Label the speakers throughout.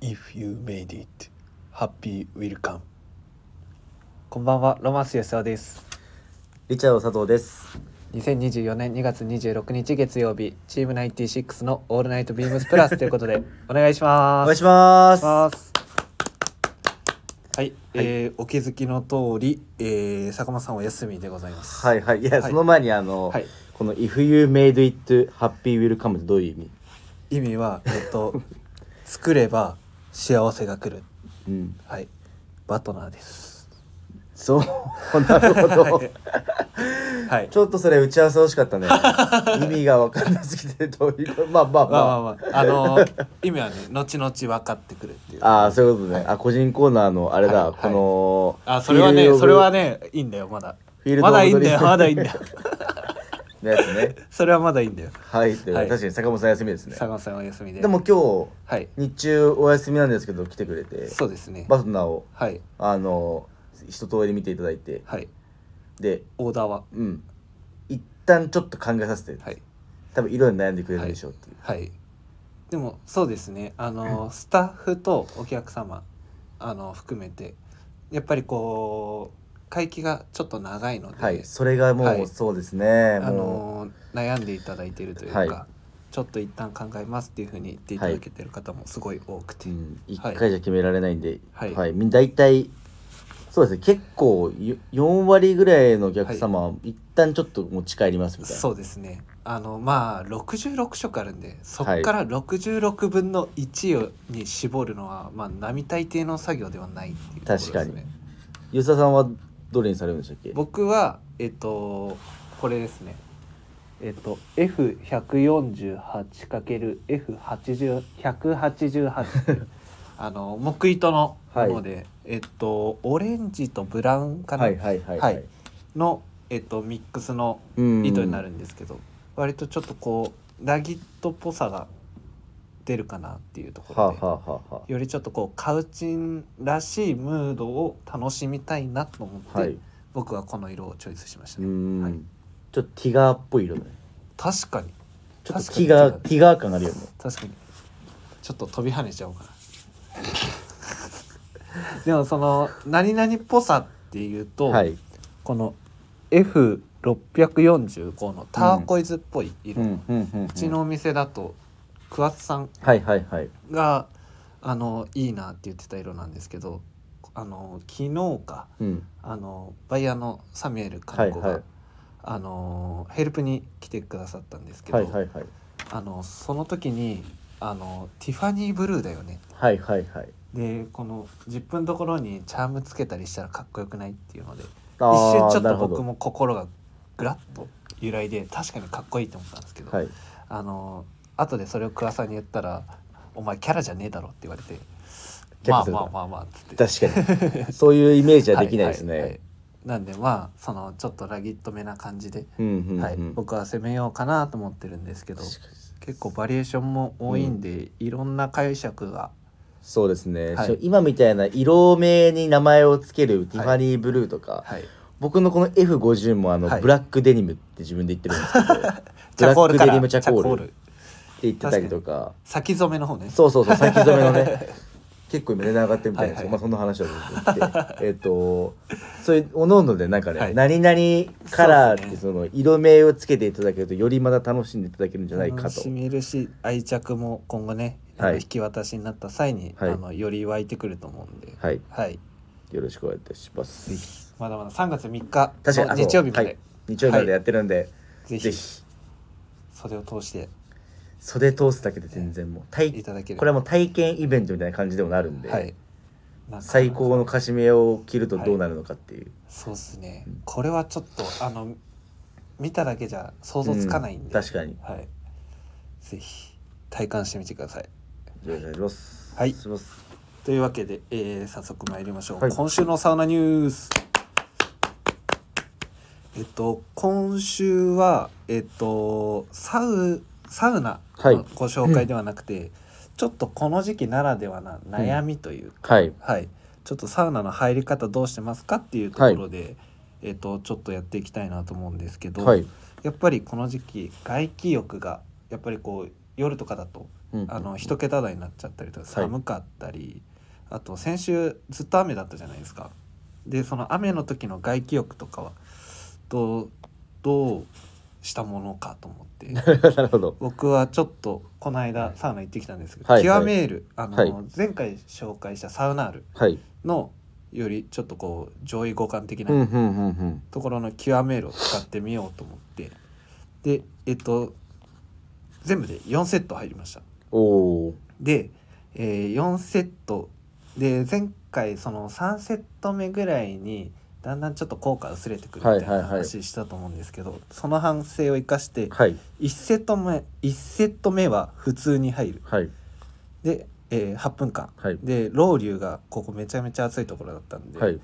Speaker 1: If you made it, happy will come.
Speaker 2: こんばんは、ロマンス安田です。
Speaker 3: リチャード佐藤です。
Speaker 2: 2024年2月26日月曜日、チーム96のオールナイトビームスプラスということで、 お願いします。
Speaker 3: お願いします。
Speaker 2: ますはい、えーお気づきの通り、えー坂本さんお休みでございます。
Speaker 3: はいはい。いや、
Speaker 2: はい
Speaker 3: その前にあの、
Speaker 2: はい
Speaker 3: この If you made it happy will come ってどういう意味
Speaker 2: 意味は、えっ と、作れば幸せが来る。
Speaker 3: うん。
Speaker 2: はい、バトナーです。
Speaker 3: そう、なるほど。
Speaker 2: はい
Speaker 3: ち。ょっとそれ打ち合わせ惜しかったね。意味が分かんなすぎて、どういうことまあまあま
Speaker 2: まあま
Speaker 3: あ。
Speaker 2: あまあ、あのー意味はね、後々分かってくるっていう。
Speaker 3: ああ、そういうことね。あ、個人コーナーのあれだ。
Speaker 2: はいはい
Speaker 3: この、
Speaker 2: あ、それはね、
Speaker 3: フィールドオブ
Speaker 2: それはね、いいんだよ、まだ。
Speaker 3: フィールド
Speaker 2: ま
Speaker 3: オブ
Speaker 2: だいいん
Speaker 3: ドリ
Speaker 2: だ
Speaker 3: ー
Speaker 2: よ、
Speaker 3: ム
Speaker 2: まだいいん だよ。
Speaker 3: のやつね。
Speaker 2: それはまだいいんだよ。
Speaker 3: はい。とい う
Speaker 2: はい
Speaker 3: 確かに坂本さん休みですね。
Speaker 2: 坂本さんお休みで。
Speaker 3: でも今
Speaker 2: はい。
Speaker 3: 日、日中お休みなんですけど、来てくれて、
Speaker 2: そうですね。
Speaker 3: バトナーを、
Speaker 2: はい。
Speaker 3: あの、一通り見ていただいて、
Speaker 2: はい。
Speaker 3: で、
Speaker 2: オーダーは。
Speaker 3: うん一旦ちょっと考えさせて、
Speaker 2: はい。
Speaker 3: 多分いろいろ悩んでくれるでしょうっていう、
Speaker 2: はい。でも、そうですね。あの、スタッフとお客様。あの、含めて。やっぱりこう。会期がちょっと長いので。
Speaker 3: はいそれがもう、
Speaker 2: はい
Speaker 3: そうですね
Speaker 2: あ
Speaker 3: も
Speaker 2: の悩んでいただいているというか、
Speaker 3: はい
Speaker 2: ちょっと一旦考えますっていうふうに言っていただけてる方もすごい多くて、
Speaker 3: う、うん、一
Speaker 2: はい
Speaker 3: 回じゃ決められないんで、
Speaker 2: はい
Speaker 3: み大体そうですね結構よ4割ぐらいのお客様は、一旦ちょっと持ち帰りますみたいな
Speaker 2: そうですねあのまあ66色あるんでそっから66分の1に絞るのは、まあ並大抵の作業ではないっていうところです、ね、
Speaker 3: 確かに吉田さんはどれにされるんでしたっけ
Speaker 2: 僕はえっとこれですねえっと F148×F188 あの木糸のもので、えっとオレンジとブラウンかな、
Speaker 3: はいはいはい
Speaker 2: はいの、えっと、ミックスの
Speaker 3: うん
Speaker 2: 糸になるんですけど、割とちょっとこうラギットっぽさが出るかなっていうとこ
Speaker 3: はあ
Speaker 2: ろ
Speaker 3: は
Speaker 2: で、
Speaker 3: あはあは
Speaker 2: よりちょっとこうカウチンらしいムードを楽しみたいなと思って、
Speaker 3: あはい
Speaker 2: 僕はこの色をチョイスしました
Speaker 3: う
Speaker 2: ね、
Speaker 3: ん、
Speaker 2: はい
Speaker 3: ちょっとティガーっぽい色だね
Speaker 2: 確かに
Speaker 3: ちょっ
Speaker 2: 確か
Speaker 3: とテ
Speaker 2: に
Speaker 3: ィガーティガー感があるよね
Speaker 2: 確かにちょっと飛び跳ねちゃおうかな でもその何々っぽさっていうと、
Speaker 3: はい
Speaker 2: この F645 のターコイズっぽい色、
Speaker 3: う
Speaker 2: うん
Speaker 3: うんうんうん
Speaker 2: ちのお店だと桑津さん
Speaker 3: はいはいはい
Speaker 2: があのいいなって言ってた色なんですけどあの昨日か
Speaker 3: うん
Speaker 2: あのバイヤーのサミュエル金子が、
Speaker 3: はいはい
Speaker 2: あのヘルプに来てくださったんですけど、
Speaker 3: はいはいはい
Speaker 2: あのその時にあのティファニーブルーだよね
Speaker 3: はいはいはい
Speaker 2: でこの10分どころにチャームつけたりしたらかっこよくないっていうので
Speaker 3: あ
Speaker 2: 一
Speaker 3: ー
Speaker 2: 瞬ちょっ
Speaker 3: なる
Speaker 2: と
Speaker 3: ほど
Speaker 2: 僕も心がぐらっと揺らいで確かにかっこいいと思ったんですけど、
Speaker 3: はい
Speaker 2: あの後でそれを桑さんに言ったら「お前キャラじゃねえだろ」って言われて「
Speaker 3: キャ
Speaker 2: ま
Speaker 3: ラ
Speaker 2: あ
Speaker 3: じゃねえ
Speaker 2: まあまあまあ」っつって
Speaker 3: 確かにそういうイメージはできないです
Speaker 2: ははは
Speaker 3: ね
Speaker 2: なんでまあそのちょっとラギットめな感じで、
Speaker 3: うんうんうん
Speaker 2: はい、僕は攻めようかなと思ってるんですけど
Speaker 3: 確かに
Speaker 2: 結構バリエーションも多いんで、いろんな解釈が
Speaker 3: そうですね
Speaker 2: はい
Speaker 3: し今みたいな色名に名前をつけるティファニーブルーとか
Speaker 2: はい
Speaker 3: 僕のこの F50 もあの
Speaker 2: はい
Speaker 3: ブラックデニムって自分で言ってるんですけ どブ
Speaker 2: チャ
Speaker 3: ラ
Speaker 2: コール
Speaker 3: ック
Speaker 2: か
Speaker 3: デニ
Speaker 2: ら
Speaker 3: ムチ
Speaker 2: チ
Speaker 3: ャコ
Speaker 2: ャコ
Speaker 3: ー
Speaker 2: ー
Speaker 3: ルっ
Speaker 2: ル
Speaker 3: て言ってたりとか
Speaker 2: 先染めの方ね
Speaker 3: そう そうそう先染めのね結構今値段上がってるみたいなんですけど、
Speaker 2: はいはい
Speaker 3: まあそんな話はどうでもいいってえっとそういうおのおのでなんかね、
Speaker 2: はい
Speaker 3: 何々カラー
Speaker 2: そうで
Speaker 3: って
Speaker 2: す
Speaker 3: その色名をつけていただけるとよりまだ楽しんでいただけるんじゃないか
Speaker 2: 楽
Speaker 3: と
Speaker 2: しめるし愛着も今後ね、あの
Speaker 3: はい
Speaker 2: 引き渡しになった際に、
Speaker 3: はい
Speaker 2: あのより湧いてくると思うんで、
Speaker 3: はい
Speaker 2: はい、
Speaker 3: よろしくお願いいたします
Speaker 2: まだまだ3月3日
Speaker 3: 確かに
Speaker 2: の
Speaker 3: あそう
Speaker 2: 日曜日まで、
Speaker 3: はい日曜日までやってるんで、
Speaker 2: ぜひ
Speaker 3: ぜひ
Speaker 2: 袖を通して
Speaker 3: 袖通すだけで全然もう
Speaker 2: い
Speaker 3: 体
Speaker 2: ただける
Speaker 3: これはもう体験イベントみたいな感じでもなるんで、
Speaker 2: はい、なんか
Speaker 3: 最高のカシメを着るとどうなるのかっていう、
Speaker 2: そうですね
Speaker 3: うん
Speaker 2: これはちょっとあの見ただけじゃ想像つかないんで、
Speaker 3: うん確かに
Speaker 2: はい、ぜひ体感してみてください
Speaker 3: よろしくお願いします
Speaker 2: はい
Speaker 3: します
Speaker 2: というわけで、えー早速参りましょう、
Speaker 3: はい
Speaker 2: 今週のサウナニュースえっと今週はえっとサウサウナ
Speaker 3: はい
Speaker 2: のご紹介ではなくて、ちょっとこの時期ならではな悩みというか、
Speaker 3: はい
Speaker 2: はいちょっとサウナの入り方どうしてますかっていうところで、えっとちょっとやっていきたいなと思うんですけど、
Speaker 3: はい
Speaker 2: やっぱりこの時期外気浴がやっぱりこう夜とかだと
Speaker 3: うんうん
Speaker 2: あの1桁台になっちゃったりとか
Speaker 3: い
Speaker 2: 寒かったり、あと先週ずっと雨だったじゃないですかでその雨の時の外気浴とかはどうどうしたものかと思って
Speaker 3: なるほど
Speaker 2: 僕はちょっとこの間サウナ行ってきたんですけど、
Speaker 3: はい
Speaker 2: キュアメール、あの
Speaker 3: はい
Speaker 2: 前回紹介したサウナール
Speaker 3: はい
Speaker 2: のよりちょっとこう上位互換的
Speaker 3: うんう
Speaker 2: なん
Speaker 3: うんうん
Speaker 2: ところのキュアメールを使ってみようと思ってでえっと全部で4セット入りました。
Speaker 3: おお
Speaker 2: で、えー4セットで前回その3セット目ぐらいにだんだんちょっと効果薄れてくるみたい
Speaker 3: はい
Speaker 2: な
Speaker 3: はいはい
Speaker 2: 話したと思うんですけど、その反省を生かして
Speaker 3: はい
Speaker 2: 1セット目1セット目は普通に入る
Speaker 3: はい
Speaker 2: で、えー8分間
Speaker 3: はい
Speaker 2: でロウリュがここめちゃめちゃ暑いところだったんで、
Speaker 3: はい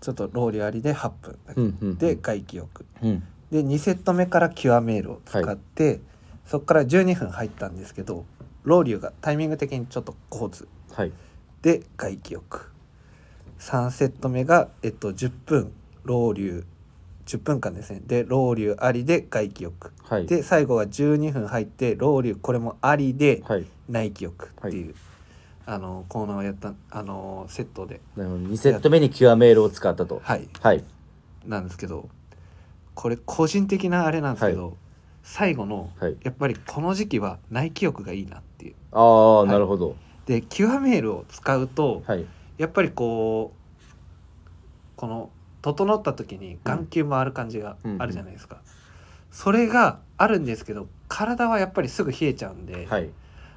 Speaker 2: ちょっとロウリュありで8分だけ、
Speaker 3: うんうんうん
Speaker 2: で外気浴
Speaker 3: うん
Speaker 2: で2セット目からキュアメールを使って、そこから12分入ったんですけどロウリュがタイミング的にちょっとコーツ
Speaker 3: はい
Speaker 2: で外気浴3セット目が、えっと、10分ロウリュ10分間ですねでロウリュありで外気浴
Speaker 3: はい
Speaker 2: で最後が12分入ってロウリュこれもありで
Speaker 3: はい
Speaker 2: 内気浴っていう、あのコーナーをやったあのセットで
Speaker 3: なるほど2セット目にキュアメールを使ったと
Speaker 2: はい
Speaker 3: はい
Speaker 2: なんですけどこれ個人的なあれなんですけど、最後の
Speaker 3: はい
Speaker 2: やっぱりこの時期は内気浴がいいなっていう
Speaker 3: ああなるほど
Speaker 2: でキュアメールを使うと、
Speaker 3: はい
Speaker 2: やっぱりこうこの整った時に眼球回る感じがあるじゃないですか、それがあるんですけど体はやっぱりすぐ冷えちゃうんで、
Speaker 3: はい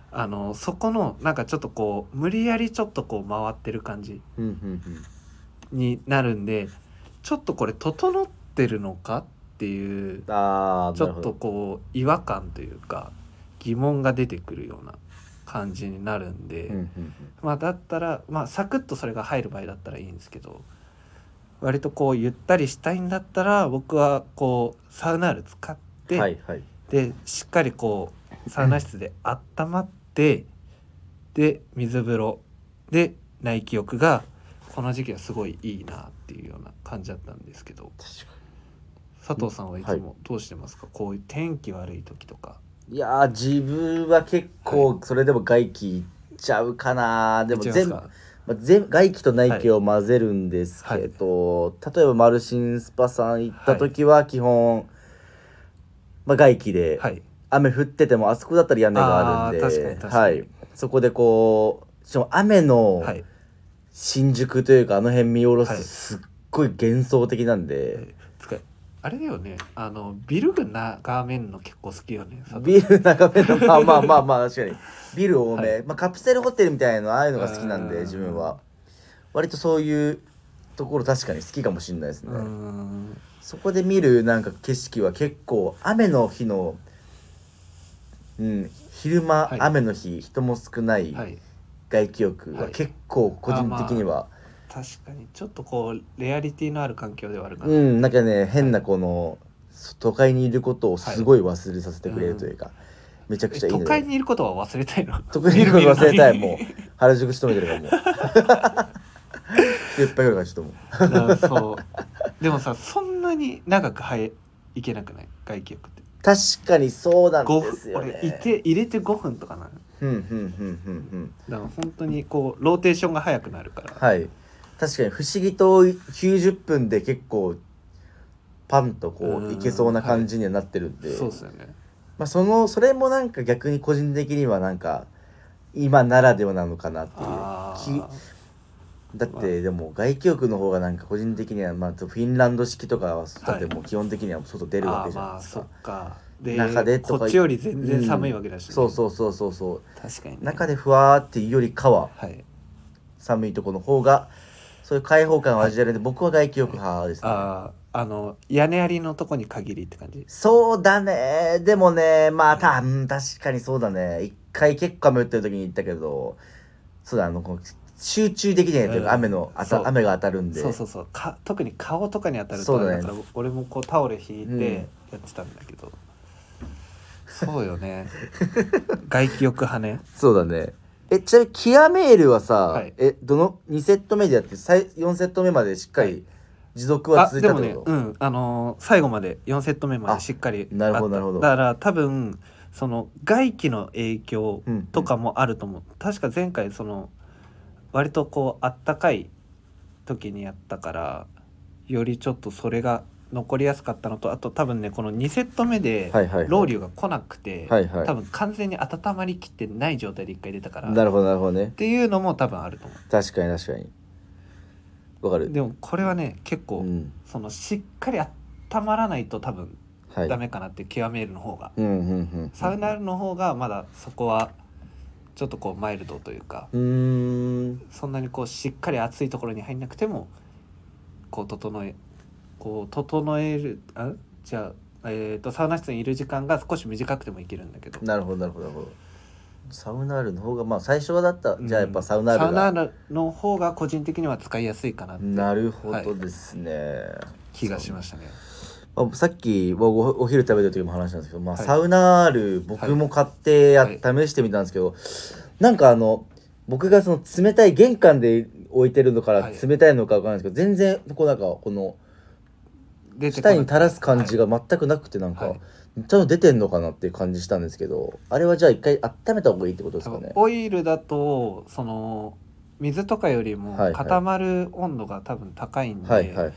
Speaker 2: あのそこのなんかちょっとこう無理やりちょっとこう回ってる感じ
Speaker 3: うんうんうん
Speaker 2: になるんでちょっとこれ整ってるのかっていう
Speaker 3: ああ
Speaker 2: ちょ
Speaker 3: なる
Speaker 2: っ
Speaker 3: ほ
Speaker 2: と
Speaker 3: ど
Speaker 2: こう違和感というか疑問が出てくるような感じになるんで。
Speaker 3: うんうんうん
Speaker 2: まあ、だったら、まあ、サクッとそれが入る場合だったらいいんですけど割とこうゆったりしたいんだったら僕はこうサウナール使って、
Speaker 3: はいはい
Speaker 2: でしっかりこうサウナ室で温まってで水風呂で内気浴がこの時期はすごいいいなっていうような感じだったんですけど
Speaker 3: 確か
Speaker 2: 佐藤さんはいつもどうしてますか、こういう天気悪い時とか
Speaker 3: にいやー自分は結構それでも外気いっちゃうかなでも
Speaker 2: いっちゃい
Speaker 3: 全部
Speaker 2: ますか
Speaker 3: まあ、全外気と内気を混ぜるんですけど、例えばマルシンスパさん行った時は基本、まあ、外気で、
Speaker 2: はい
Speaker 3: 雨降っててもあそこだったら屋根があるんで
Speaker 2: あー確かに確か
Speaker 3: は
Speaker 2: に
Speaker 3: い、そこでこうしかも雨の
Speaker 2: はい
Speaker 3: 新宿というかあの辺見下ろす
Speaker 2: はい
Speaker 3: とすっごい幻想的なんで、
Speaker 2: つかあれだよねあのビル群眺めるの結構好きよね佐藤
Speaker 3: ビル眺めの まあまあまあまあ確かにビル多め、
Speaker 2: はい
Speaker 3: まあ、カプセルホテルみたいなああいうのが好きなん
Speaker 2: う
Speaker 3: で
Speaker 2: ん
Speaker 3: 自分は割とそういうところ確かに好きかもしれないですね。
Speaker 2: うーん
Speaker 3: そこで見るなんか景色は結構雨の日の、うん、昼間、
Speaker 2: はい
Speaker 3: 雨の日人も少ない
Speaker 2: はい
Speaker 3: 外気浴
Speaker 2: は
Speaker 3: はい結構個人的には、
Speaker 2: 確かにちょっとこうレアリティのある環境ではあるかな、
Speaker 3: うんなんかね変なこの、都会にいることをすごい忘れさせてくれるというか、めちゃく
Speaker 2: え
Speaker 3: ちゃいい
Speaker 2: 都
Speaker 3: の
Speaker 2: 会
Speaker 3: で
Speaker 2: にいることは忘れたいの
Speaker 3: 都会にいること忘れたい
Speaker 2: 見
Speaker 3: も
Speaker 2: る
Speaker 3: う原宿仕留めて るからもう いっぱい来るからちょっともう
Speaker 2: 見ない うんそうでもさそんなに長くはいいけなくない外気浴って
Speaker 3: 確かにそうなん
Speaker 2: 5
Speaker 3: です
Speaker 2: 分
Speaker 3: よね
Speaker 2: 俺いて入れて5分とかなの
Speaker 3: うんうんうんうんうん
Speaker 2: だから本当にこうローテーションが早くなるから、
Speaker 3: はい確かに不思議と90分で結構パンとこ
Speaker 2: うん
Speaker 3: ういけそうな感じにはなってるんで、
Speaker 2: そうですよね
Speaker 3: まあ、そのそれもなんか逆に個人的にはなんか今ならではなのかなって
Speaker 2: あ
Speaker 3: いう
Speaker 2: ー
Speaker 3: きだってでも外気浴の方がなんか個人的には、まあ、フィンランド式とかはだってもう基本的には外出るわけじゃないですか、
Speaker 2: あーまあそっかで
Speaker 3: 中でと
Speaker 2: こ
Speaker 3: か
Speaker 2: っちより全然寒いわけだしね、
Speaker 3: そうそうそうそうそう
Speaker 2: 確かに、ね、
Speaker 3: 中でふわーっていうよりかは
Speaker 2: はい
Speaker 3: 寒いとこの方がそういう開放感を味わえるんで僕は外気浴派ですね、
Speaker 2: あああの屋根ありのとこに限りって感じ
Speaker 3: そうだね。でもね、まあ、た、うん確かにそうだね。一回結構雨降ってる時に行ったけど、そうだ、あの、こう集中できないという
Speaker 2: うん
Speaker 3: か、雨の、あ
Speaker 2: そう
Speaker 3: た、雨が当たるんで。
Speaker 2: そうそうそうか特に顔とかに当たると
Speaker 3: そうだ
Speaker 2: あ
Speaker 3: ね
Speaker 2: れから俺もこうタオル引いてやってたんだけど、そうよね 外気浴派ね
Speaker 3: そうだね。え、ちなみに、キアメールはさ、
Speaker 2: はい
Speaker 3: え、どの、2セット目でやって、最4セット目までしっか
Speaker 2: はい
Speaker 3: り持続は
Speaker 2: あ
Speaker 3: 続い
Speaker 2: で
Speaker 3: た
Speaker 2: も
Speaker 3: って
Speaker 2: ね
Speaker 3: こと、
Speaker 2: うんあのー最後まで4セット目までしっかり
Speaker 3: あなるほど
Speaker 2: あった
Speaker 3: なるほど
Speaker 2: だから多分その外気の影響
Speaker 3: うん
Speaker 2: とかもあると思う、確か前回その割とこうあったかい時にやったからよりちょっとそれが残りやすかったのとあと多分ねこの2セット目で
Speaker 3: はいはいはい
Speaker 2: ロウリュが来なくて、
Speaker 3: はいはい
Speaker 2: 多分完全に温まりきってない状態で1回出たから
Speaker 3: な
Speaker 2: っ
Speaker 3: るほどなるほどね
Speaker 2: ていうのも多分あると思
Speaker 3: 確かに確かにわか
Speaker 2: う
Speaker 3: る
Speaker 2: でもこれはね結構、
Speaker 3: うん
Speaker 2: そのしっかり温まらないと多分
Speaker 3: はい
Speaker 2: ダメかなっていう極めるの方が、
Speaker 3: うんうんうん
Speaker 2: サウナールの方がまだそこはちょっとこうマイルドというか
Speaker 3: うーん
Speaker 2: そんなにこうしっかり熱いところに入んなくてもこう整えこう整えるあじゃあ、えー、とサウナ室にいる時間が少し短くてもいけるんだけど
Speaker 3: なるほどなるほどなるほどサウナールの方がまあ最初はだった、
Speaker 2: うん
Speaker 3: じゃあやっぱサウナール
Speaker 2: サ
Speaker 3: が
Speaker 2: ウナールの方が個人的には使いやすいかなって
Speaker 3: なるほ
Speaker 2: はい
Speaker 3: どですね、
Speaker 2: 気がしましたね。
Speaker 3: まあ、さっきまあごお昼食べた時も話したんですけど、まあ
Speaker 2: はい
Speaker 3: サウナール僕も買ってや、
Speaker 2: はい
Speaker 3: 試してみたんですけどなんかあの僕がその冷たい玄関で置いてるのから
Speaker 2: はい
Speaker 3: 冷たいのか分かんないですけど、全然こうなんかこの
Speaker 2: 出てこ
Speaker 3: 舌
Speaker 2: な
Speaker 3: に垂らす感じが全くなくてなんか、
Speaker 2: はい
Speaker 3: ちゃんと出てんのかなっていう感じしたんですけどあれはじゃあ一回温めた方がいいってことですかね
Speaker 2: オイルだとその水とかよりも
Speaker 3: はいはい
Speaker 2: 固まる温度が多分高いんで、
Speaker 3: はいはいはい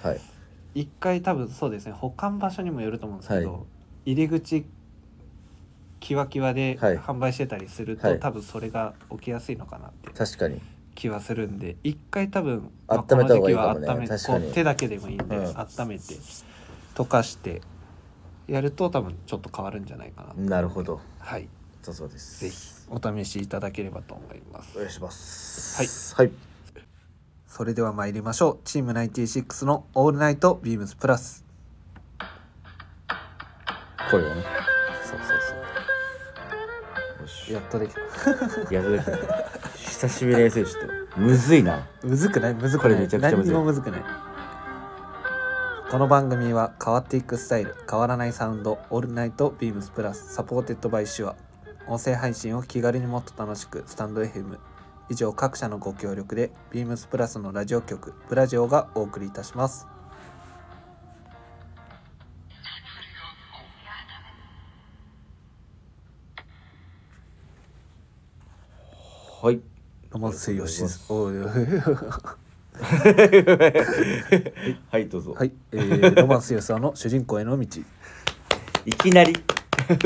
Speaker 2: 一回多分そうですね保管場所にもよると思うんですけど、
Speaker 3: は
Speaker 2: 入り口キワキワで
Speaker 3: はい
Speaker 2: 販売してたりすると、
Speaker 3: はい
Speaker 2: 多分それが起きやすいのかなって
Speaker 3: 確かに
Speaker 2: 気はするんで一回多分、
Speaker 3: 温めた方がいいかもね
Speaker 2: この時期は温め
Speaker 3: 確かに
Speaker 2: こう手だけでもいいんで、
Speaker 3: うん
Speaker 2: 温めて溶かしてやると多分ちょっと変わるんじゃないかな、
Speaker 3: なるほど
Speaker 2: はい
Speaker 3: そうそうです
Speaker 2: ぜひお試しいただければと思います
Speaker 3: お願いしますはい、はい、
Speaker 2: それでは参りましょうチーム96の「オールナイトビームスプラス
Speaker 3: これだねそうそうそうよ」し
Speaker 2: やっとできた
Speaker 3: やるだけだ久しぶりですよちょっとむずいな
Speaker 2: むずくないむずく
Speaker 3: こ
Speaker 2: ない
Speaker 3: れめちゃくちゃむずい
Speaker 2: 何にもむずくないこの番組は変わっていくスタイル変わらないサウンドオールナイトビームスプラスサポーテッドバイシュア音声配信を気軽にもっと楽しくスタンド FM 以上各社のご協力でビームスプラスのラジオ局ブラジオがお送りいたします
Speaker 3: はい
Speaker 2: ロマンス水曜シーズンおー
Speaker 3: はいどうぞ、
Speaker 2: はい、え ー、ロマンス吉さんの主人公への道
Speaker 3: い、きなり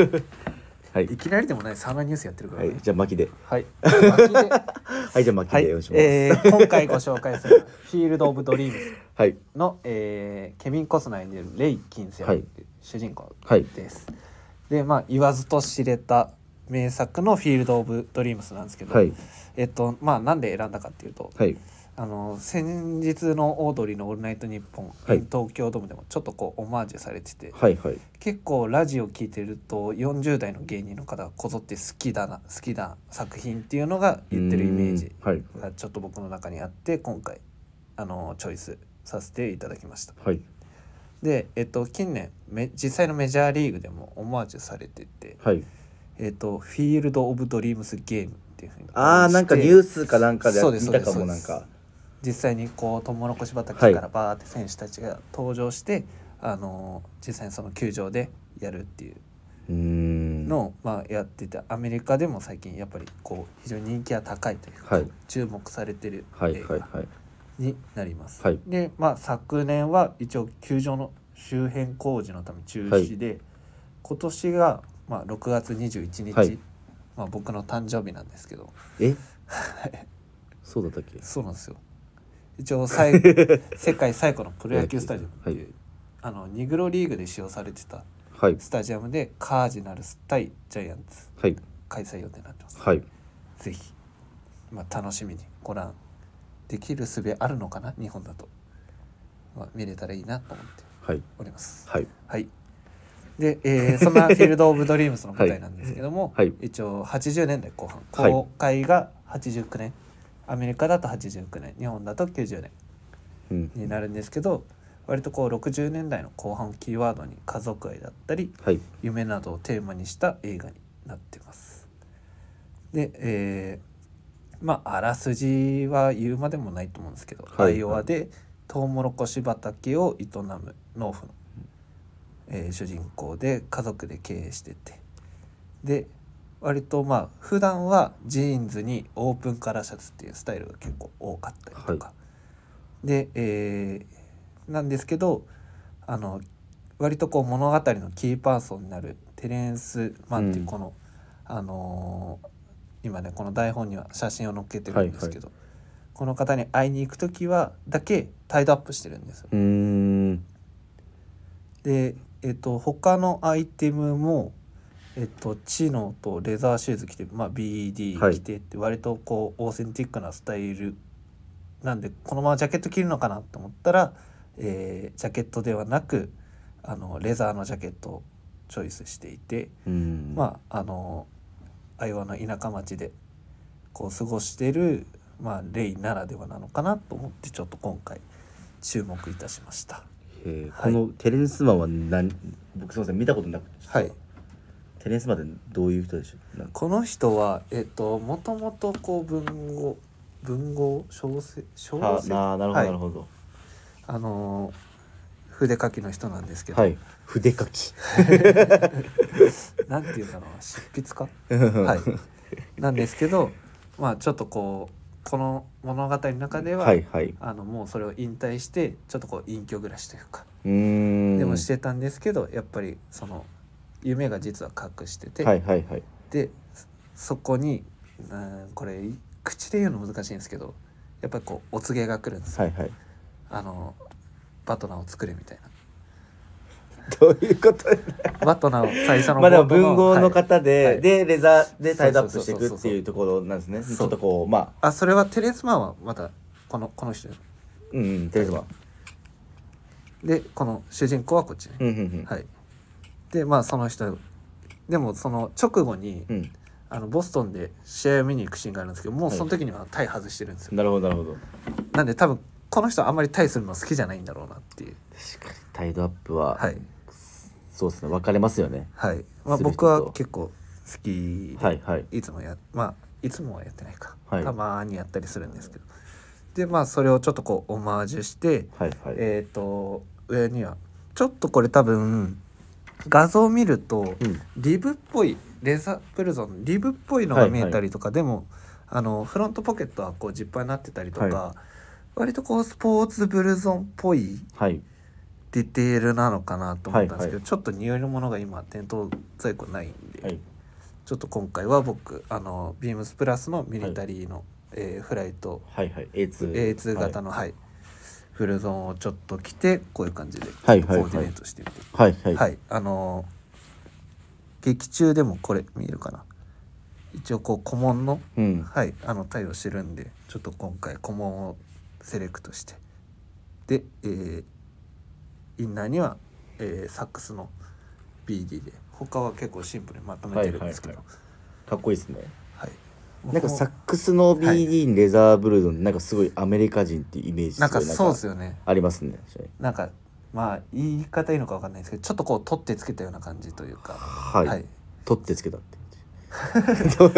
Speaker 3: はい
Speaker 2: いきなりでもないサウナニュースやってるから
Speaker 3: は
Speaker 2: ね
Speaker 3: いじゃあ巻きで
Speaker 2: はい、巻きで
Speaker 3: はいじゃあ巻き
Speaker 2: はい
Speaker 3: でお願いします、
Speaker 2: えー今回ご紹介する「フィールド・オブ・ドリームズ
Speaker 3: はい
Speaker 2: の」えーケビン・コスナー演じるレイ・キンセル、
Speaker 3: はい
Speaker 2: 主人公
Speaker 3: はい
Speaker 2: です。でまあ言わずと知れた名作の「フィールド・オブ・ドリームズ」なんですけど、
Speaker 3: はい
Speaker 2: えっとまあなんで選んだかっていうと
Speaker 3: はい
Speaker 2: あの先日のオードリーの「オールナイトニッポン」
Speaker 3: はい
Speaker 2: in 東京ドームでもちょっとこうオマージュされてて、
Speaker 3: はいはい
Speaker 2: 結構ラジオ聞いてると40代の芸人の方がこぞって好きだな好きな作品っていうのが言ってるイメージ
Speaker 3: うーんはい
Speaker 2: がちょっと僕の中にあって今回あのチョイスさせていただきました
Speaker 3: はい
Speaker 2: で、えっと、近年め実際のメジャーリーグでもオマージュされてて
Speaker 3: はい
Speaker 2: 「えっと、フィールド・オブ・ドリームス・ゲーム」っていうふうに
Speaker 3: あーなんかニュースかなんかで
Speaker 2: そうです
Speaker 3: 見たか
Speaker 2: そ
Speaker 3: も
Speaker 2: うで
Speaker 3: なん
Speaker 2: す
Speaker 3: か
Speaker 2: 実際にこうトウモロコシ畑からバーって選手たちが登場して、あの実際にその球場でやるっていう
Speaker 3: うーん
Speaker 2: の、まあ、やっててアメリカでも最近やっぱりこう非常に人気が高いというか、
Speaker 3: はい
Speaker 2: 注目されてる
Speaker 3: はい
Speaker 2: 映
Speaker 3: はい
Speaker 2: 画
Speaker 3: はい
Speaker 2: になります。
Speaker 3: はい
Speaker 2: で、まあ、昨年は一応球場の周辺工事のため中止で、今年が、まあ、6月21日、
Speaker 3: はい
Speaker 2: まあ、僕の誕生日なんですけど
Speaker 3: えそうだったっけ
Speaker 2: そうなんですよ一応最 後世界最古のプロ野球スタジアムっていう、
Speaker 3: はい
Speaker 2: あのニグロリーグで使用されてた
Speaker 3: はい
Speaker 2: スタジアムでカージナルス対ジャイアンツ
Speaker 3: はい
Speaker 2: 開催予定になってます。
Speaker 3: はい
Speaker 2: ぜひ、まあ、楽しみにご覧できる術あるのかな日本だと、まあ、見れたらいいなと思って
Speaker 3: はい
Speaker 2: おります。
Speaker 3: はい
Speaker 2: はい、で、えーそんな「フィールド・オブ・ドリームス」の舞台なんですけども、
Speaker 3: はい
Speaker 2: 一応80年代後半
Speaker 3: はい
Speaker 2: 公開が89年、アメリカだと89年日本だと90年
Speaker 3: うん
Speaker 2: になるんですけど割とこう60年代の後半をキーワードに家族愛だったり
Speaker 3: はい
Speaker 2: 夢などをテーマにした映画になってます。で、えーまああらすじは言うまでもないと思うんですけど、
Speaker 3: はい
Speaker 2: アイオワでトウモロコシ畑を営む農夫の、えー主人公で家族で経営しててで割とまあ普段はジーンズにオープンカラーシャツっていうスタイルが結構多かったりとか、で、えーなんですけどあの割とこう物語のキーパーソンになるテレンス・マンっていうこの、あのー今ねこの台本には写真を載っけてるんですけど、この方に会いに行く時はだけタイドアップしてるんですよ
Speaker 3: うーん
Speaker 2: で、えっと他のアイテムも、えっとチノとレザーシューズ着て、まあ、BD
Speaker 3: はい
Speaker 2: 着てって割とこうオーセンティックなスタイルなんでこのままジャケット着るのかなと思ったら、えージャケットではなくあのレザーのジャケットをチョイスしていて、
Speaker 3: うん
Speaker 2: まああのアイオワの田舎町でこう過ごしてる、まあ、レイならではなのかなと思ってちょっと今回注目いたしました。
Speaker 3: えー
Speaker 2: はい
Speaker 3: このテレンスマンは何僕すいません見たことなくて、
Speaker 2: はい
Speaker 3: テレンスマンってどういう人でしょうなんか
Speaker 2: この人はえっともともとこう文豪文豪小説小
Speaker 3: は
Speaker 2: 説
Speaker 3: ななるほど、
Speaker 2: はい
Speaker 3: なるほど
Speaker 2: あのー筆書きの人なんですけど、
Speaker 3: はい筆書き
Speaker 2: なんていうんだろう執筆家
Speaker 3: は
Speaker 2: はいなんですけどまあちょっとこうこの物語の中では、
Speaker 3: はいはい
Speaker 2: あのもうそれを引退してちょっとこう隠居暮らしというか、
Speaker 3: うーん
Speaker 2: でもしてたんですけどやっぱりその夢が実は隠してて、
Speaker 3: はいはいはい
Speaker 2: でそそこにうーんこれ口で言うの難しいんですけどやっぱりこうお告げが来るんですよ
Speaker 3: はいはい
Speaker 2: あのバトナーを作れみたい
Speaker 3: どういうこと
Speaker 2: なバトナーを最初の
Speaker 3: まあでも
Speaker 2: 冒頭
Speaker 3: 文豪の方で、
Speaker 2: はい
Speaker 3: でレザーで
Speaker 2: そ
Speaker 3: タ
Speaker 2: う
Speaker 3: イドア
Speaker 2: そう
Speaker 3: ップ
Speaker 2: そうそう
Speaker 3: していくっていうところなんですね
Speaker 2: そう
Speaker 3: ちょっとこうまあ
Speaker 2: あそれはテレスマンはまたこのこの人
Speaker 3: うんうんテレンスマン
Speaker 2: でこの主人公はこっちね、
Speaker 3: うんうんうん
Speaker 2: はいでまあその人でもその直後に、
Speaker 3: うん
Speaker 2: あのボストンで試合を見に行くシーンがあるんですけどもうその時にはタイ外してるんですよ、
Speaker 3: なるほどなるほど
Speaker 2: なんで多分この人はあんまりタイするの好きじゃないんだろうなっていう
Speaker 3: 確かにタイドアップは、
Speaker 2: はい
Speaker 3: そうですね分かれますよね
Speaker 2: はい、まあ、
Speaker 3: する人
Speaker 2: 僕は結構好きで、
Speaker 3: はいはい
Speaker 2: い、つもやまあいつもはやってないか、
Speaker 3: はい
Speaker 2: たまにやったりするんですけどでまあそれをちょっとこうオマージュして
Speaker 3: はいはい、
Speaker 2: えっ、と上にはちょっとこれ多分画像を見ると
Speaker 3: うん
Speaker 2: リブっぽいレザープルゾンリブっぽいの
Speaker 3: は
Speaker 2: が
Speaker 3: いは
Speaker 2: 見
Speaker 3: い
Speaker 2: えたりとか、でもあのフロントポケットはこうジッパーになってたりとか、
Speaker 3: は
Speaker 2: 割とこうスポーツブルゾンっぽい
Speaker 3: はい
Speaker 2: ディテールなのかなと思ったんですけど、
Speaker 3: はいは
Speaker 2: ちょっと匂いのものが今店頭在庫ないんで、
Speaker 3: はい
Speaker 2: ちょっと今回は僕あのビームスプラスのミリタリーの、えーフライト
Speaker 3: はいはい A2
Speaker 2: A2 型の、はいフルゾンをちょっと着てこういう感じでコ
Speaker 3: はい
Speaker 2: ーデ
Speaker 3: はいはい
Speaker 2: ィネートしてみて
Speaker 3: はいはい
Speaker 2: はい、あのー劇中でもこれ見えるかな一応こう古文の
Speaker 3: うん
Speaker 2: はいあの対応してるんでちょっと今回古文をセレクトしてで、えーインナーには、えーサックスの BD で他は結構シンプルにまとめてるんですけど、は
Speaker 3: はいかっこいいですね
Speaker 2: 僕も
Speaker 3: なんかサックスの BD にレザーブルードン、なんかすごいアメリカ人っていうイメージす
Speaker 2: な
Speaker 3: ご
Speaker 2: いんかそうです
Speaker 3: よ
Speaker 2: よね
Speaker 3: ありますね
Speaker 2: なんかまあ言い方いいのかわかんないですけどちょっとこう取ってつけたような感じというか、
Speaker 3: はい、
Speaker 2: はい、
Speaker 3: 取ってつけたって
Speaker 2: ちょっ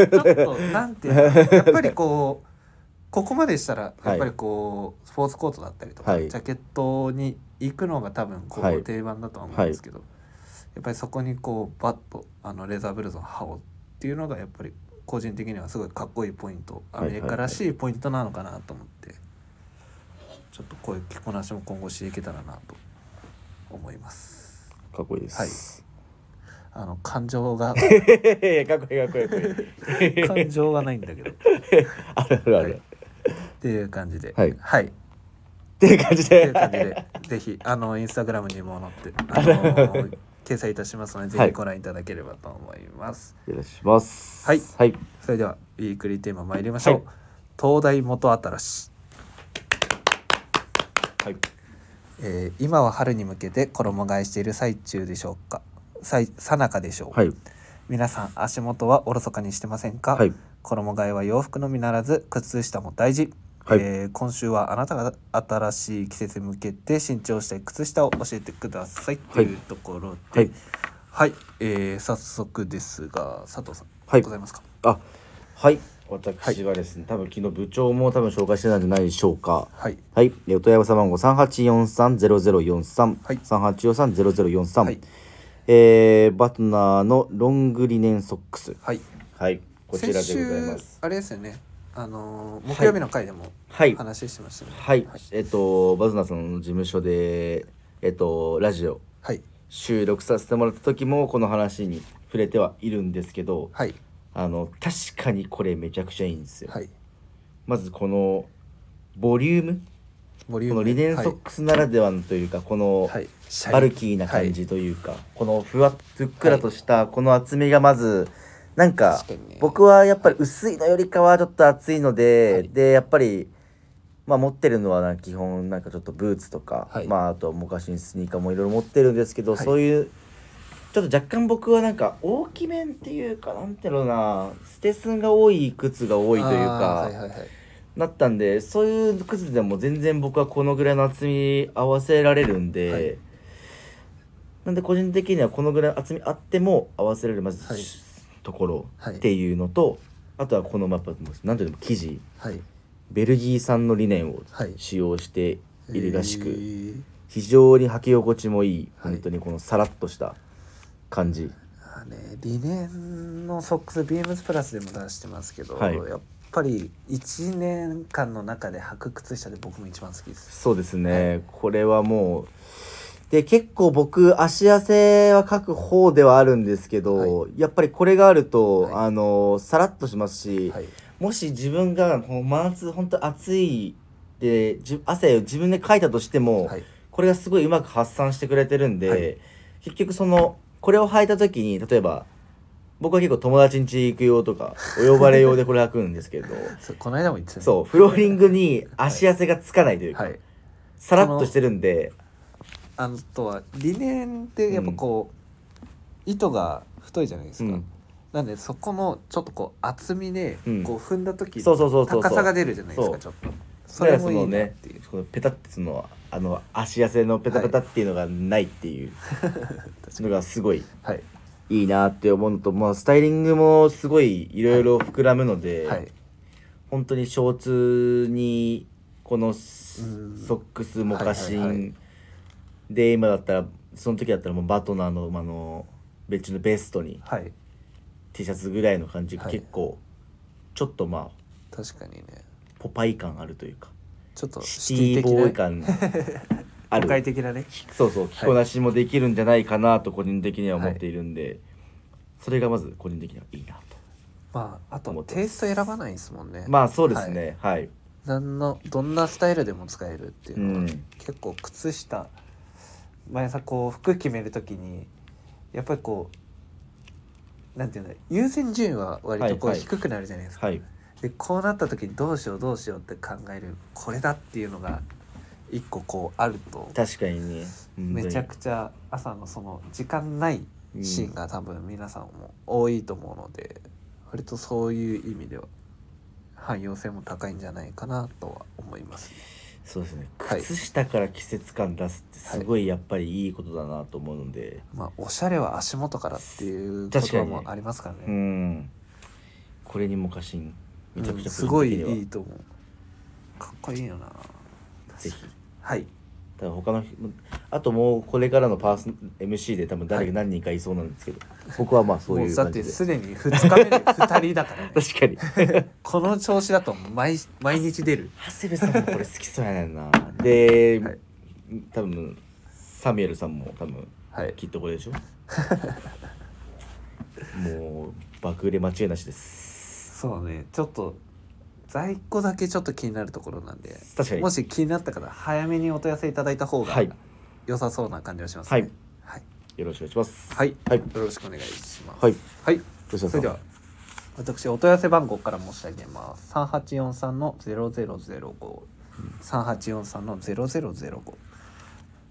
Speaker 2: となんていうの やっぱりこうここまでしたら
Speaker 3: はい
Speaker 2: やっぱりこう、スポーツコートだったりとか、
Speaker 3: はい
Speaker 2: ジャケットに行くのが多分こ
Speaker 3: は
Speaker 2: う
Speaker 3: い
Speaker 2: 定番だとは思うんですけど、やっぱりそこにこうバッとあのレザーブルゾン羽織っていうのがやっぱり個人的にはすごいかっこいいポイントアメリカらしいポイントなのかなと思って、ちょっとこういう着こなしも今後していけたらなと思います。
Speaker 3: かっこいいです、
Speaker 2: あの感情 が
Speaker 3: はい、かっこいいかっこいいかっこいい
Speaker 2: 感情がないんだけどっ
Speaker 3: あるあるある、
Speaker 2: はいていう感じで
Speaker 3: はい
Speaker 2: はい
Speaker 3: っていう感じ
Speaker 2: という
Speaker 3: で
Speaker 2: 感じで、 ぜひ、あの、インスタグラムにも載って、あの ー掲載いたしますので、ぜ
Speaker 3: は
Speaker 2: ひ
Speaker 3: い
Speaker 2: ご覧いただければと思います。
Speaker 3: お願いします
Speaker 2: はい
Speaker 3: はい
Speaker 2: それでは、ウィークリーテーマ参りましょう。
Speaker 3: はい
Speaker 2: 東大元新し、
Speaker 3: はい
Speaker 2: えー今は春に向けて衣替えしている最中でしょうか。最、さなかでしょう。
Speaker 3: はい
Speaker 2: 皆さん、足元はおろそかにしてませんか。
Speaker 3: はい
Speaker 2: 衣替えは洋服のみならず靴下も大事、
Speaker 3: はい
Speaker 2: えー今週はあなたが新しい季節に向けて新調したい靴下を教えてくださいと
Speaker 3: はい
Speaker 2: いうところでは
Speaker 3: はいい、
Speaker 2: えー早速ですが佐藤さん、
Speaker 3: はい
Speaker 2: ございますか
Speaker 3: あはい私はですね、多分昨日部長も多分紹介してたんじゃないでしょうか
Speaker 2: はい
Speaker 3: はい、えーお問い合わせ番号三八四三ゼロゼロ四三
Speaker 2: はい
Speaker 3: 三八四三ゼロゼロ四
Speaker 2: は
Speaker 3: 三
Speaker 2: い。
Speaker 3: えーバトナーのロングリネンソックス
Speaker 2: はい
Speaker 3: はいこちらでございま
Speaker 2: 先週
Speaker 3: す
Speaker 2: あれですよねあのー木曜日の回でも
Speaker 3: はい
Speaker 2: 話してましたね
Speaker 3: はいえっとバズナーさんの事務所でえっとラジオ
Speaker 2: はい
Speaker 3: 収録させてもらった時もこの話に触れてはいるんですけど
Speaker 2: はい
Speaker 3: あの確かにこれめちゃくちゃいいんですよ、
Speaker 2: はい
Speaker 3: まずこのボリューム
Speaker 2: ボリュ
Speaker 3: こ
Speaker 2: ーム
Speaker 3: のリネンソックスならではのというか、この
Speaker 2: はいシャイ
Speaker 3: バルキーな感じというか、このふわっふっくらとしたこの厚みがまずなんか
Speaker 2: 確かにね
Speaker 3: 僕はやっぱり薄いのよりかはちょっと厚いので、
Speaker 2: はい
Speaker 3: でやっぱり、まあ、持ってるのはな基本なんかちょっとブーツとか、
Speaker 2: はい
Speaker 3: まあ、あと昔にスニーカーもいろいろ持ってるんですけど、
Speaker 2: はい
Speaker 3: そういうちょっと若干僕はなんか大きめっていうかなんていうのかなステ寸が多い靴が多いというか。
Speaker 2: あーはいはいはい
Speaker 3: なったんでそういう靴でも全然僕はこのぐらいの厚み合わせられるんで、
Speaker 2: はい
Speaker 3: なんで個人的にはこのぐらい厚みあっても合わせられるまず、
Speaker 2: はい
Speaker 3: ところ
Speaker 2: はい
Speaker 3: っていうのと、あとはこのまあやっぱなんていうの生地
Speaker 2: はい
Speaker 3: ベルギー産のリネンを
Speaker 2: はい
Speaker 3: 使用しているらしく、
Speaker 2: えー
Speaker 3: 非常に履き心地もいい
Speaker 2: はい
Speaker 3: 本当にこのさらっとした感じ、
Speaker 2: あね、リネンのソックスビームスプラスでも出してますけど、
Speaker 3: はい
Speaker 2: やっぱり1年間の中で履く靴下で僕も一番好きです
Speaker 3: そうですね、これはもうで結構僕足汗はかく方ではあるんですけど、やっぱりこれがあると、
Speaker 2: は
Speaker 3: あのさらっとしますし、
Speaker 2: はい
Speaker 3: もし自分がこう真夏本当暑いでじ汗を自分でかいたとしても、
Speaker 2: はい
Speaker 3: これがすごいうまく発散してくれてるんで、
Speaker 2: はい
Speaker 3: 結局そのこれを履いた時に例えば僕は結構友達ん家行く用とかお呼ばれ用でこれ履くんで すけど
Speaker 2: そうこの間も言ってたね
Speaker 3: そうフローリングに足汗がつかないというか。
Speaker 2: はい
Speaker 3: さらっとしてるんで
Speaker 2: あとはリネンってやっぱこう、糸が太いじゃないですか、
Speaker 3: うん
Speaker 2: なんでそこのちょっとこう厚みで
Speaker 3: うん
Speaker 2: こう踏んだ時
Speaker 3: そうそうそうそうそう
Speaker 2: 高さが出るじゃないですかち
Speaker 3: そ
Speaker 2: ょっとそれもいい
Speaker 3: だからその
Speaker 2: なっ
Speaker 3: ね
Speaker 2: ていう、
Speaker 3: このペタってそのあの足痩せのペタペタっていうのがないっていうのがすごい
Speaker 2: はい
Speaker 3: いいなって思うのと、まあ、スタイリングもすごいいろいろ膨らむので、
Speaker 2: はい
Speaker 3: 本当にショーツにこのソ
Speaker 2: うん
Speaker 3: ックスモカシン、
Speaker 2: はいはいはい
Speaker 3: で今だったらその時だったらもうバトナーのあの別のベストに
Speaker 2: はい
Speaker 3: T シャツぐらいの感じが
Speaker 2: はい
Speaker 3: 結構、ちょっとまあ
Speaker 2: 確かにね
Speaker 3: ポパイ感あるというか。
Speaker 2: ちょっと
Speaker 3: シティボーイ感あ
Speaker 2: 都会
Speaker 3: る
Speaker 2: 的なね
Speaker 3: そうそう着こなしもできるんじゃないかなと個人的には思っているんで、それがまず個人的にはいいなと
Speaker 2: まああと
Speaker 3: 思ってます
Speaker 2: テイスト選ばないですもんね
Speaker 3: まあそうですねはい、
Speaker 2: 何のどんなスタイルでも使えるっていう
Speaker 3: う
Speaker 2: のは、
Speaker 3: ん
Speaker 2: 結構靴下毎朝こう服決めるときにやっぱりこうなんていうんだ優先順位は割とこう
Speaker 3: はいはい
Speaker 2: 低くなるじゃないですか、
Speaker 3: はい
Speaker 2: でこうなった時にどうしようどうしようって考えるこれだっていうのが一個こうあると
Speaker 3: 確かにね
Speaker 2: めちゃく
Speaker 3: ち
Speaker 2: ちゃ朝のその時間ないシーンが多分皆さんも多いと思うので、割とそういう意味では汎用性も高いんじゃないかなとは思いますね。
Speaker 3: そうですね
Speaker 2: はい
Speaker 3: 靴下から季節感出すってすごいやっぱりいいことだなと思うので、
Speaker 2: まあおしゃれは足元からっていう言
Speaker 3: 確か
Speaker 2: 葉
Speaker 3: に
Speaker 2: もありますから
Speaker 3: う
Speaker 2: ね。
Speaker 3: んこれにも過信めちゃく
Speaker 2: う
Speaker 3: ちゃ
Speaker 2: んすごい
Speaker 3: 個人的にはい
Speaker 2: いと思う。かっこいいよな。
Speaker 3: ぜひ
Speaker 2: はい
Speaker 3: 多分他の人あともうこれからのパーソ MC で多分誰か何人かいそうなんですけど、僕はまあそう
Speaker 2: も
Speaker 3: いうう
Speaker 2: だ
Speaker 3: 感
Speaker 2: っ
Speaker 3: じ
Speaker 2: て
Speaker 3: です
Speaker 2: でに2日目で2人だからね
Speaker 3: 確かに
Speaker 2: この調子だと毎毎日出る
Speaker 3: 長谷部さんもこれ好きそうやね んなで、
Speaker 2: はい
Speaker 3: 多分サミュエルさんも多分
Speaker 2: はい
Speaker 3: きっとこ れでしょもう爆売れ間違いなしです
Speaker 2: そうねちょっと在庫だけちょっと気になるところなんで
Speaker 3: 確かに
Speaker 2: もし気になった方早めにお問い合わせいただいた方が
Speaker 3: はい
Speaker 2: 良さそうな感じがしますね
Speaker 3: はい
Speaker 2: はい、
Speaker 3: よろしくお願いします
Speaker 2: はい
Speaker 3: はい
Speaker 2: よろしくお願いします
Speaker 3: はい、
Speaker 2: はい、
Speaker 3: 吉田
Speaker 2: そ
Speaker 3: さ
Speaker 2: れ
Speaker 3: ん
Speaker 2: では私お問い合わせ番号から申し上げます3843の0005 3843の0005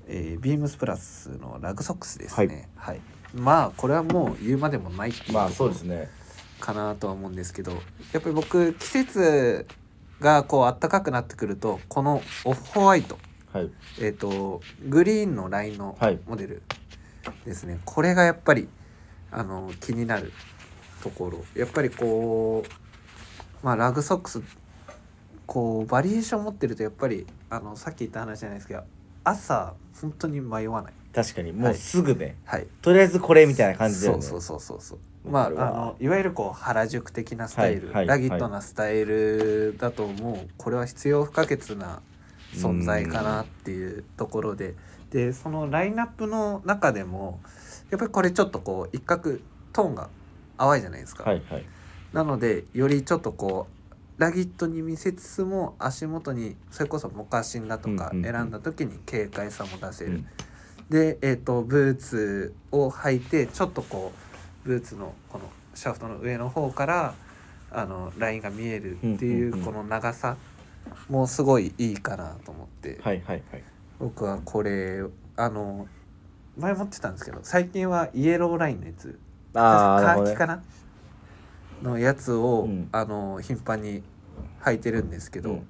Speaker 2: えー、ビームスプラスのラグソックスですね、はいまあこれはもう言うまでもないっていう
Speaker 3: まあ
Speaker 2: とこ
Speaker 3: そ
Speaker 2: ろ
Speaker 3: うですね
Speaker 2: かなとは思うんですけどやっぱり僕季節がこう暖かくなってくるとこのオフホワイト、
Speaker 3: はい
Speaker 2: えー、とグリーンのラインの
Speaker 3: はい
Speaker 2: モデルですね、これがやっぱりあの気になるところやっぱりこう、まあ、ラグソックスこうバリエーション持ってるとやっぱりあのさっき言った話じゃないですけど朝本当に迷わない
Speaker 3: 確かにもうすぐね、
Speaker 2: はい
Speaker 3: とりあえずこれみたいな感じだよ
Speaker 2: そ
Speaker 3: ね
Speaker 2: うそうそうそうそうまああ
Speaker 3: わかるわ
Speaker 2: のいわゆるこう原宿的なスタイル、
Speaker 3: はいはい
Speaker 2: ラギットなスタイルだともうこれは必要不可欠な存在かなっていうところででそのラインナップの中でもやっぱりこれちょっとこう一角トーンが淡いじゃないですか、
Speaker 3: はいはい
Speaker 2: なのでよりちょっとこうラギットに見せつつも足元にそれこそモカシンだとか
Speaker 3: うん
Speaker 2: 選
Speaker 3: うんうん
Speaker 2: んだ時に軽快さも出せる、
Speaker 3: うん
Speaker 2: で、えー、とブーツを履いてちょっとこうブーツのこのシャフトの上の方からあのラインが見えるってい
Speaker 3: うんうん
Speaker 2: う
Speaker 3: う
Speaker 2: んこの長さもすごいいいかなと思って、
Speaker 3: はいはいはい
Speaker 2: 僕はこれあの前持ってたんですけど最近はイエローラインのやつ
Speaker 3: ああ
Speaker 2: カ
Speaker 3: なるほど
Speaker 2: ーキ
Speaker 3: ね
Speaker 2: かな、のやつを、
Speaker 3: うん
Speaker 2: あの頻繁に履いてるんですけど、
Speaker 3: うん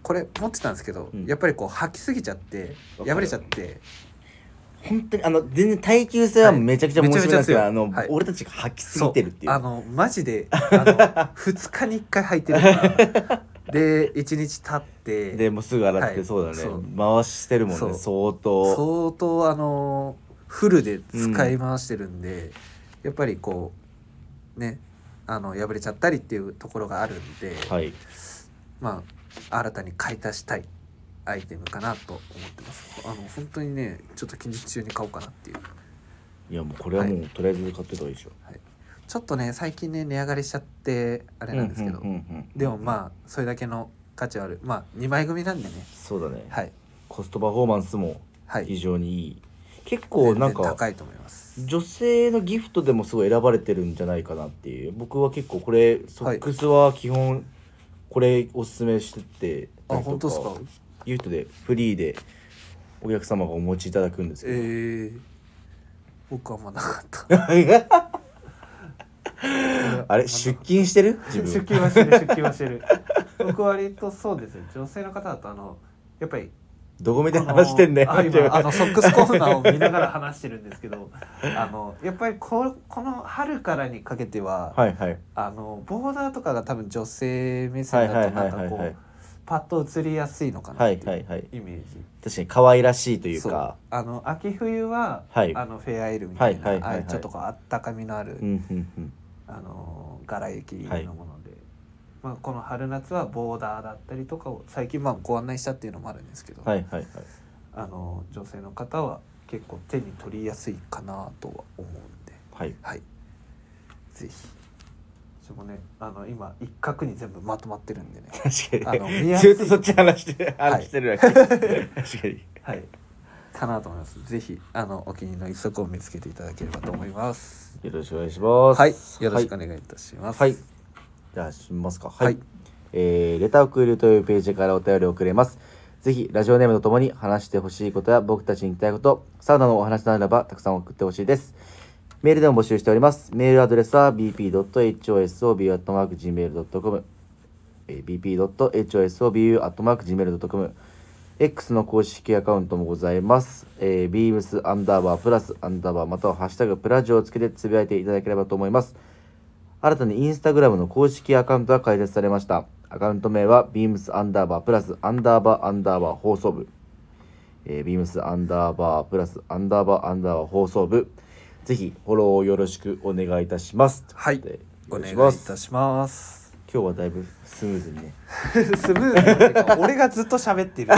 Speaker 2: これ持ってたんですけど、
Speaker 3: うん
Speaker 2: やっぱりこう履きすぎちゃって
Speaker 3: わかる
Speaker 2: 破れちゃって
Speaker 3: 本当にあの全然耐久性はめちゃくちゃ
Speaker 2: はい
Speaker 3: 申し訳ないですけど、
Speaker 2: めちゃ
Speaker 3: あ
Speaker 2: めちゃ強い
Speaker 3: の、
Speaker 2: はい
Speaker 3: 俺たちが吐きすぎてるってい
Speaker 2: そ
Speaker 3: う
Speaker 2: うあのマジであの2日に1回履いてる からで1日経って
Speaker 3: でもうすぐ洗って、
Speaker 2: はい
Speaker 3: そうだね
Speaker 2: そう
Speaker 3: 回してるもんね
Speaker 2: そう
Speaker 3: 相当
Speaker 2: 相当あのフルで使い回してるんで、やっぱりこうねあの破れちゃったりっていうところがあるんで、
Speaker 3: はい
Speaker 2: まあ新たに買い足したいアイテムかなと思ってますあの本当にねちょっと近日中に買おうかなっていう
Speaker 3: いやもうこれはもう、とりあえず買ってた方がいいでしょ
Speaker 2: ちょっとね最近ね値上がりしちゃってあれなんですけど、
Speaker 3: うんうんうんうん
Speaker 2: でもまあそれだけの価値はあるまあ2枚組なんでね
Speaker 3: そうだね、
Speaker 2: はい
Speaker 3: コストパフォーマンスも
Speaker 2: はい
Speaker 3: 非常にいい、結構
Speaker 2: 全
Speaker 3: なん
Speaker 2: 然
Speaker 3: か
Speaker 2: 高いと思います
Speaker 3: 女性のギフトでもすごい選ばれてるんじゃないかなっていう僕は結構これソックスは基本これおすすめしてて
Speaker 2: あ本当ですか
Speaker 3: ギフトでフリーでお客様がお持ちいただくんですけど、
Speaker 2: えー、僕はあんまなか っ た
Speaker 3: あれ出勤してる自分
Speaker 2: 勤はしてる出勤はしてる僕割とそうですね女性の方だとあのやっぱり
Speaker 3: どこ見て話してんだよ、
Speaker 2: あのあ今あ
Speaker 3: は
Speaker 2: のソックスコーナーを見ながら話してるんですけどあのやっぱりここの春からにかけては、
Speaker 3: いはい
Speaker 2: あのボーダーとかが多分女性目線だとなんか
Speaker 3: はいはいはい
Speaker 2: こ
Speaker 3: はいは
Speaker 2: う
Speaker 3: い
Speaker 2: パッと映りやすいのかな
Speaker 3: は
Speaker 2: って
Speaker 3: い
Speaker 2: い
Speaker 3: は
Speaker 2: う
Speaker 3: いはい
Speaker 2: イメージ。
Speaker 3: 確かに可愛らしいという
Speaker 2: そう
Speaker 3: か
Speaker 2: あの秋冬は、
Speaker 3: はい
Speaker 2: あのフェアエールみたいな、
Speaker 3: はいはいはいは
Speaker 2: あ
Speaker 3: い
Speaker 2: あうちょっとこうあったかみのある、
Speaker 3: うんうんうん
Speaker 2: あの柄行きのもので、まあ、この春夏はボーダーだったりとかを最近まあご案内したっていうのもあるんですけど、
Speaker 3: はいはいはい
Speaker 2: あの女性の方は結構手に取りやすいかなとは思うんで
Speaker 3: はい
Speaker 2: はいぜひ私もねあの今一角に全部まとまってる んでね
Speaker 3: 確か
Speaker 2: あの見
Speaker 3: に
Speaker 2: や
Speaker 3: ず
Speaker 2: すい
Speaker 3: っとそっち話して話してるわけ、確かに
Speaker 2: はいかなと思いますぜひあのお気に入りの一足を見つけていただければと思います
Speaker 3: よろしくお願いします
Speaker 2: はいよろしくお願いいたします
Speaker 3: はいじゃあしますかはい、
Speaker 2: はい
Speaker 3: えーレターを送るというページからお便りをくれますぜひラジオネームとともに話してほしいことや僕たちに言いたいことサウナのお話ならばたくさん送ってほしいですメールでも募集しておりますメールアドレスは bp.hosobu.gmail.com えー bp.hosobu.gmail.com X の公式アカウントもございます。えー、beams アンダーバープラスアンダーバーまたはハッシュタグプラジオをつけてつぶやいていただければと思います。新たにインスタグラムの公式アカウントが開設されました。アカウント名は beams アンダーバープラスアンダーバーアンダーバー放送部。えー、beams アンダーバープラスアンダーバーアンダーバー放送部。ぜひフォローをよろしくお願いいたします。
Speaker 2: はい
Speaker 3: という
Speaker 2: お
Speaker 3: こと
Speaker 2: 願いい
Speaker 3: でよろしくお
Speaker 2: た
Speaker 3: 願いします
Speaker 2: します
Speaker 3: 今日はだいぶスムーズにね。
Speaker 2: スムーズっていうか俺がずっと喋ってる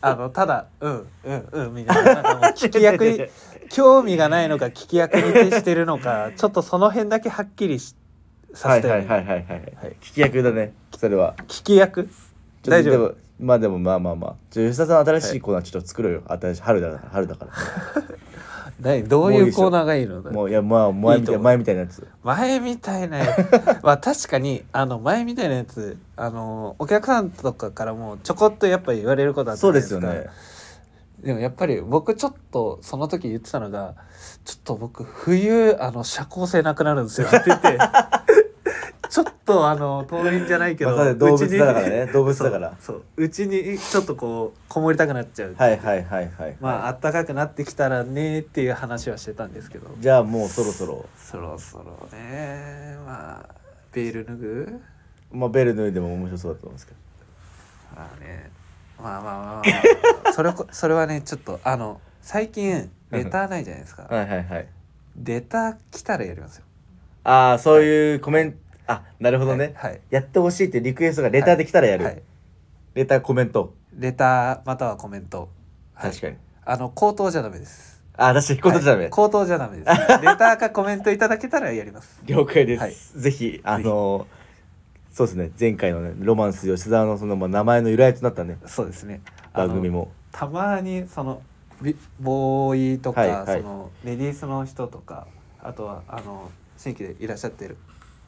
Speaker 2: あのただうんうんうんみたいななんかもう聞き役 に興味がないのか聞き役に徹してるのかちょっとその辺だけはっきりしさ
Speaker 3: は
Speaker 2: せ
Speaker 3: い
Speaker 2: て、
Speaker 3: はいはいはいはい。
Speaker 2: はい
Speaker 3: 聞き役だね。それは。
Speaker 2: 聞き役
Speaker 3: ちょっ
Speaker 2: 大
Speaker 3: と
Speaker 2: 丈
Speaker 3: で
Speaker 2: 夫
Speaker 3: もまあでもまあまあまあ。ちょ吉田さん新しいコーナーちょっと作ろうよ。新しい春だから春だから。
Speaker 2: 何どういうコーナーがいいの
Speaker 3: もういやまあ前
Speaker 2: いい
Speaker 3: み
Speaker 2: と
Speaker 3: たい
Speaker 2: 思う
Speaker 3: 前みたいなやつ。
Speaker 2: 前みたいなやつ まあ確かにあの前みたいなやつあのお客さんとかからもちょこっとやっぱ言われることあったじ
Speaker 3: そ
Speaker 2: ゃ
Speaker 3: う
Speaker 2: ない
Speaker 3: で
Speaker 2: ですすか
Speaker 3: よね。
Speaker 2: でもやっぱり僕ちょっとその時言ってたのがちょっと僕冬あの社交性なくなるんですよって言って ちょっとあの遠いんじゃないけど
Speaker 3: まあ動物だから
Speaker 2: うち
Speaker 3: ね。
Speaker 2: に
Speaker 3: 動物だから。
Speaker 2: そううちにちょっとこうこもりたくなっちゃう、
Speaker 3: はいはいはいはい。
Speaker 2: まあ暖かくなってきたらねっていう話はしてたんですけど
Speaker 3: じゃあもうそろそろ。
Speaker 2: そろそろねまあベール脱ぐ
Speaker 3: まあベル脱いでも面白そうだと思うんですけど。
Speaker 2: まあねまあまあまあ、ま あ、それこそれはねちょっとあの最近レターないじゃないですか
Speaker 3: はいはいはい
Speaker 2: レター来たらやりますよ
Speaker 3: ああそういうコメントあなるほどね、
Speaker 2: はい
Speaker 3: やってほしいっていうリクエストがレターできたらやる、
Speaker 2: はい
Speaker 3: レターコメント
Speaker 2: レターまたはコメント、はい、
Speaker 3: 確かに
Speaker 2: あの口頭じゃダメです
Speaker 3: あ私引くことじゃダメ、
Speaker 2: はい口頭じゃダメですレターかコメントいただけたらやります
Speaker 3: 了解です、
Speaker 2: はい
Speaker 3: ぜひあのーそうですね前回のねロマンス吉沢のそのまあ名前の由来となったね
Speaker 2: そうですねあの
Speaker 3: 番組も
Speaker 2: たまにそのビボーイとか、
Speaker 3: はいはい
Speaker 2: そのレディースの人とかあとはあの新規でいらっしゃってる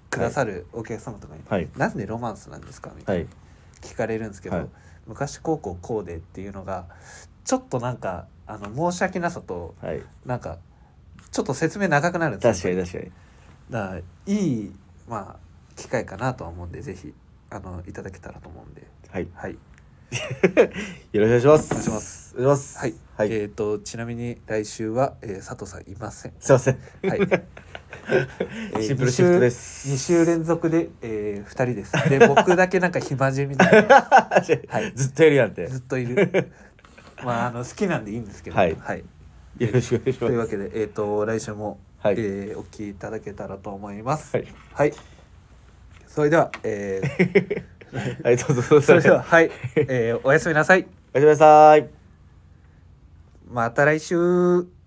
Speaker 2: くださるお客様とかに、
Speaker 3: はい
Speaker 2: なんでロマンスなんですか?」みたいな、
Speaker 3: はい
Speaker 2: 聞かれるんですけど、
Speaker 3: はい
Speaker 2: 昔高校こうでっていうのがちょっとなんかあの申し訳なさと
Speaker 3: はい
Speaker 2: なんかちょっと説明長くなるんで
Speaker 3: 確
Speaker 2: す
Speaker 3: か
Speaker 2: よ
Speaker 3: に確かに
Speaker 2: だからいい、まあ、機会かなとは思うんでぜひあのいただけたらと思うんで
Speaker 3: はいよ
Speaker 2: はい、お願いします
Speaker 3: ろしくお願いしますお願いします
Speaker 2: はい
Speaker 3: はい、
Speaker 2: えっ、とちなみに来週は、えー、佐藤さんいません
Speaker 3: すいません
Speaker 2: はい、 ー
Speaker 3: シンプルシフトです
Speaker 2: 2週 連続で、え2人ですで僕だけなんか暇人みたいなはい
Speaker 3: ずっとやるやんって
Speaker 2: ずっといるまああの好きなんでいいんですけど
Speaker 3: はい
Speaker 2: はい
Speaker 3: よろしくお願いし
Speaker 2: と
Speaker 3: ま
Speaker 2: いう
Speaker 3: す
Speaker 2: わけで、えー、と来週も、
Speaker 3: はい
Speaker 2: えーお聞きいただけたらと思います。
Speaker 3: はい、
Speaker 2: はいそれでは、え ー
Speaker 3: はいどうぞどうぞ
Speaker 2: それでは、はい、えーおやすみなさい。
Speaker 3: おやすみなさい
Speaker 2: また来週。